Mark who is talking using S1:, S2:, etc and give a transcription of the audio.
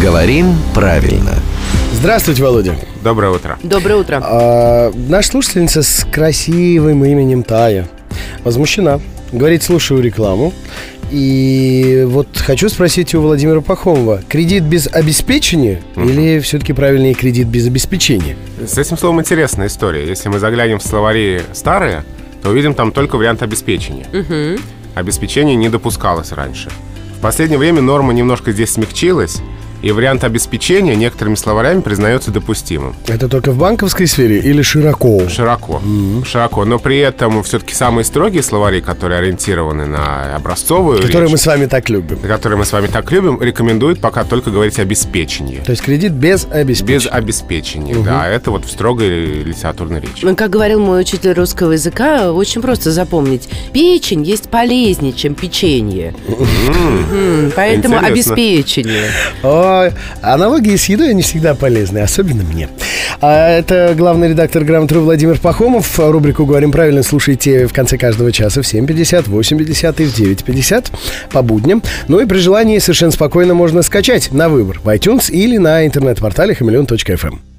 S1: Говорим правильно.
S2: Здравствуйте, Володя.
S3: Доброе утро.
S4: Доброе утро.
S2: А, наша слушательница с красивым именем Тая возмущена. Говорит, слушаю рекламу. И вот хочу спросить у Владимира Пахомова, кредит без обеспечения или все-таки правильнее кредит без обеспечения?
S3: С этим словом интересная история. Если мы заглянем в словари старые, то увидим там только вариант обеспечения. Обеспечение не допускалось раньше. В последнее время норма немножко здесь смягчилась, и вариант обеспечения некоторыми словарями признается допустимым.
S2: Это только в банковской сфере или широко?
S3: Широко. Широко. Но при этом все-таки самые строгие словари, которые ориентированы на образцовую
S2: Который
S3: речь,
S2: мы с вами так любим.
S3: которые мы с вами так любим, рекомендуют пока только говорить обеспечение.
S2: То есть кредит без обеспечения.
S3: Без обеспечения, да. Это вот в строгой литературной речи.
S4: Ну, Как говорил мой учитель русского языка, очень просто запомнить. Печень есть полезнее, чем печенье. Мгм, Поэтому
S3: Интересно.
S4: обеспечение.
S2: Ой, аналогии с едой, они всегда полезны, особенно мне. А это главный редактор «Грамотру» Владимир Пахомов. Рубрику «Говорим правильно» слушайте в конце каждого часа в 7.50, в 8.50 и в 9.50 по будням. Ну и при желании совершенно спокойно можно скачать на выбор в iTunes или на интернет-портале хамелеон.фм.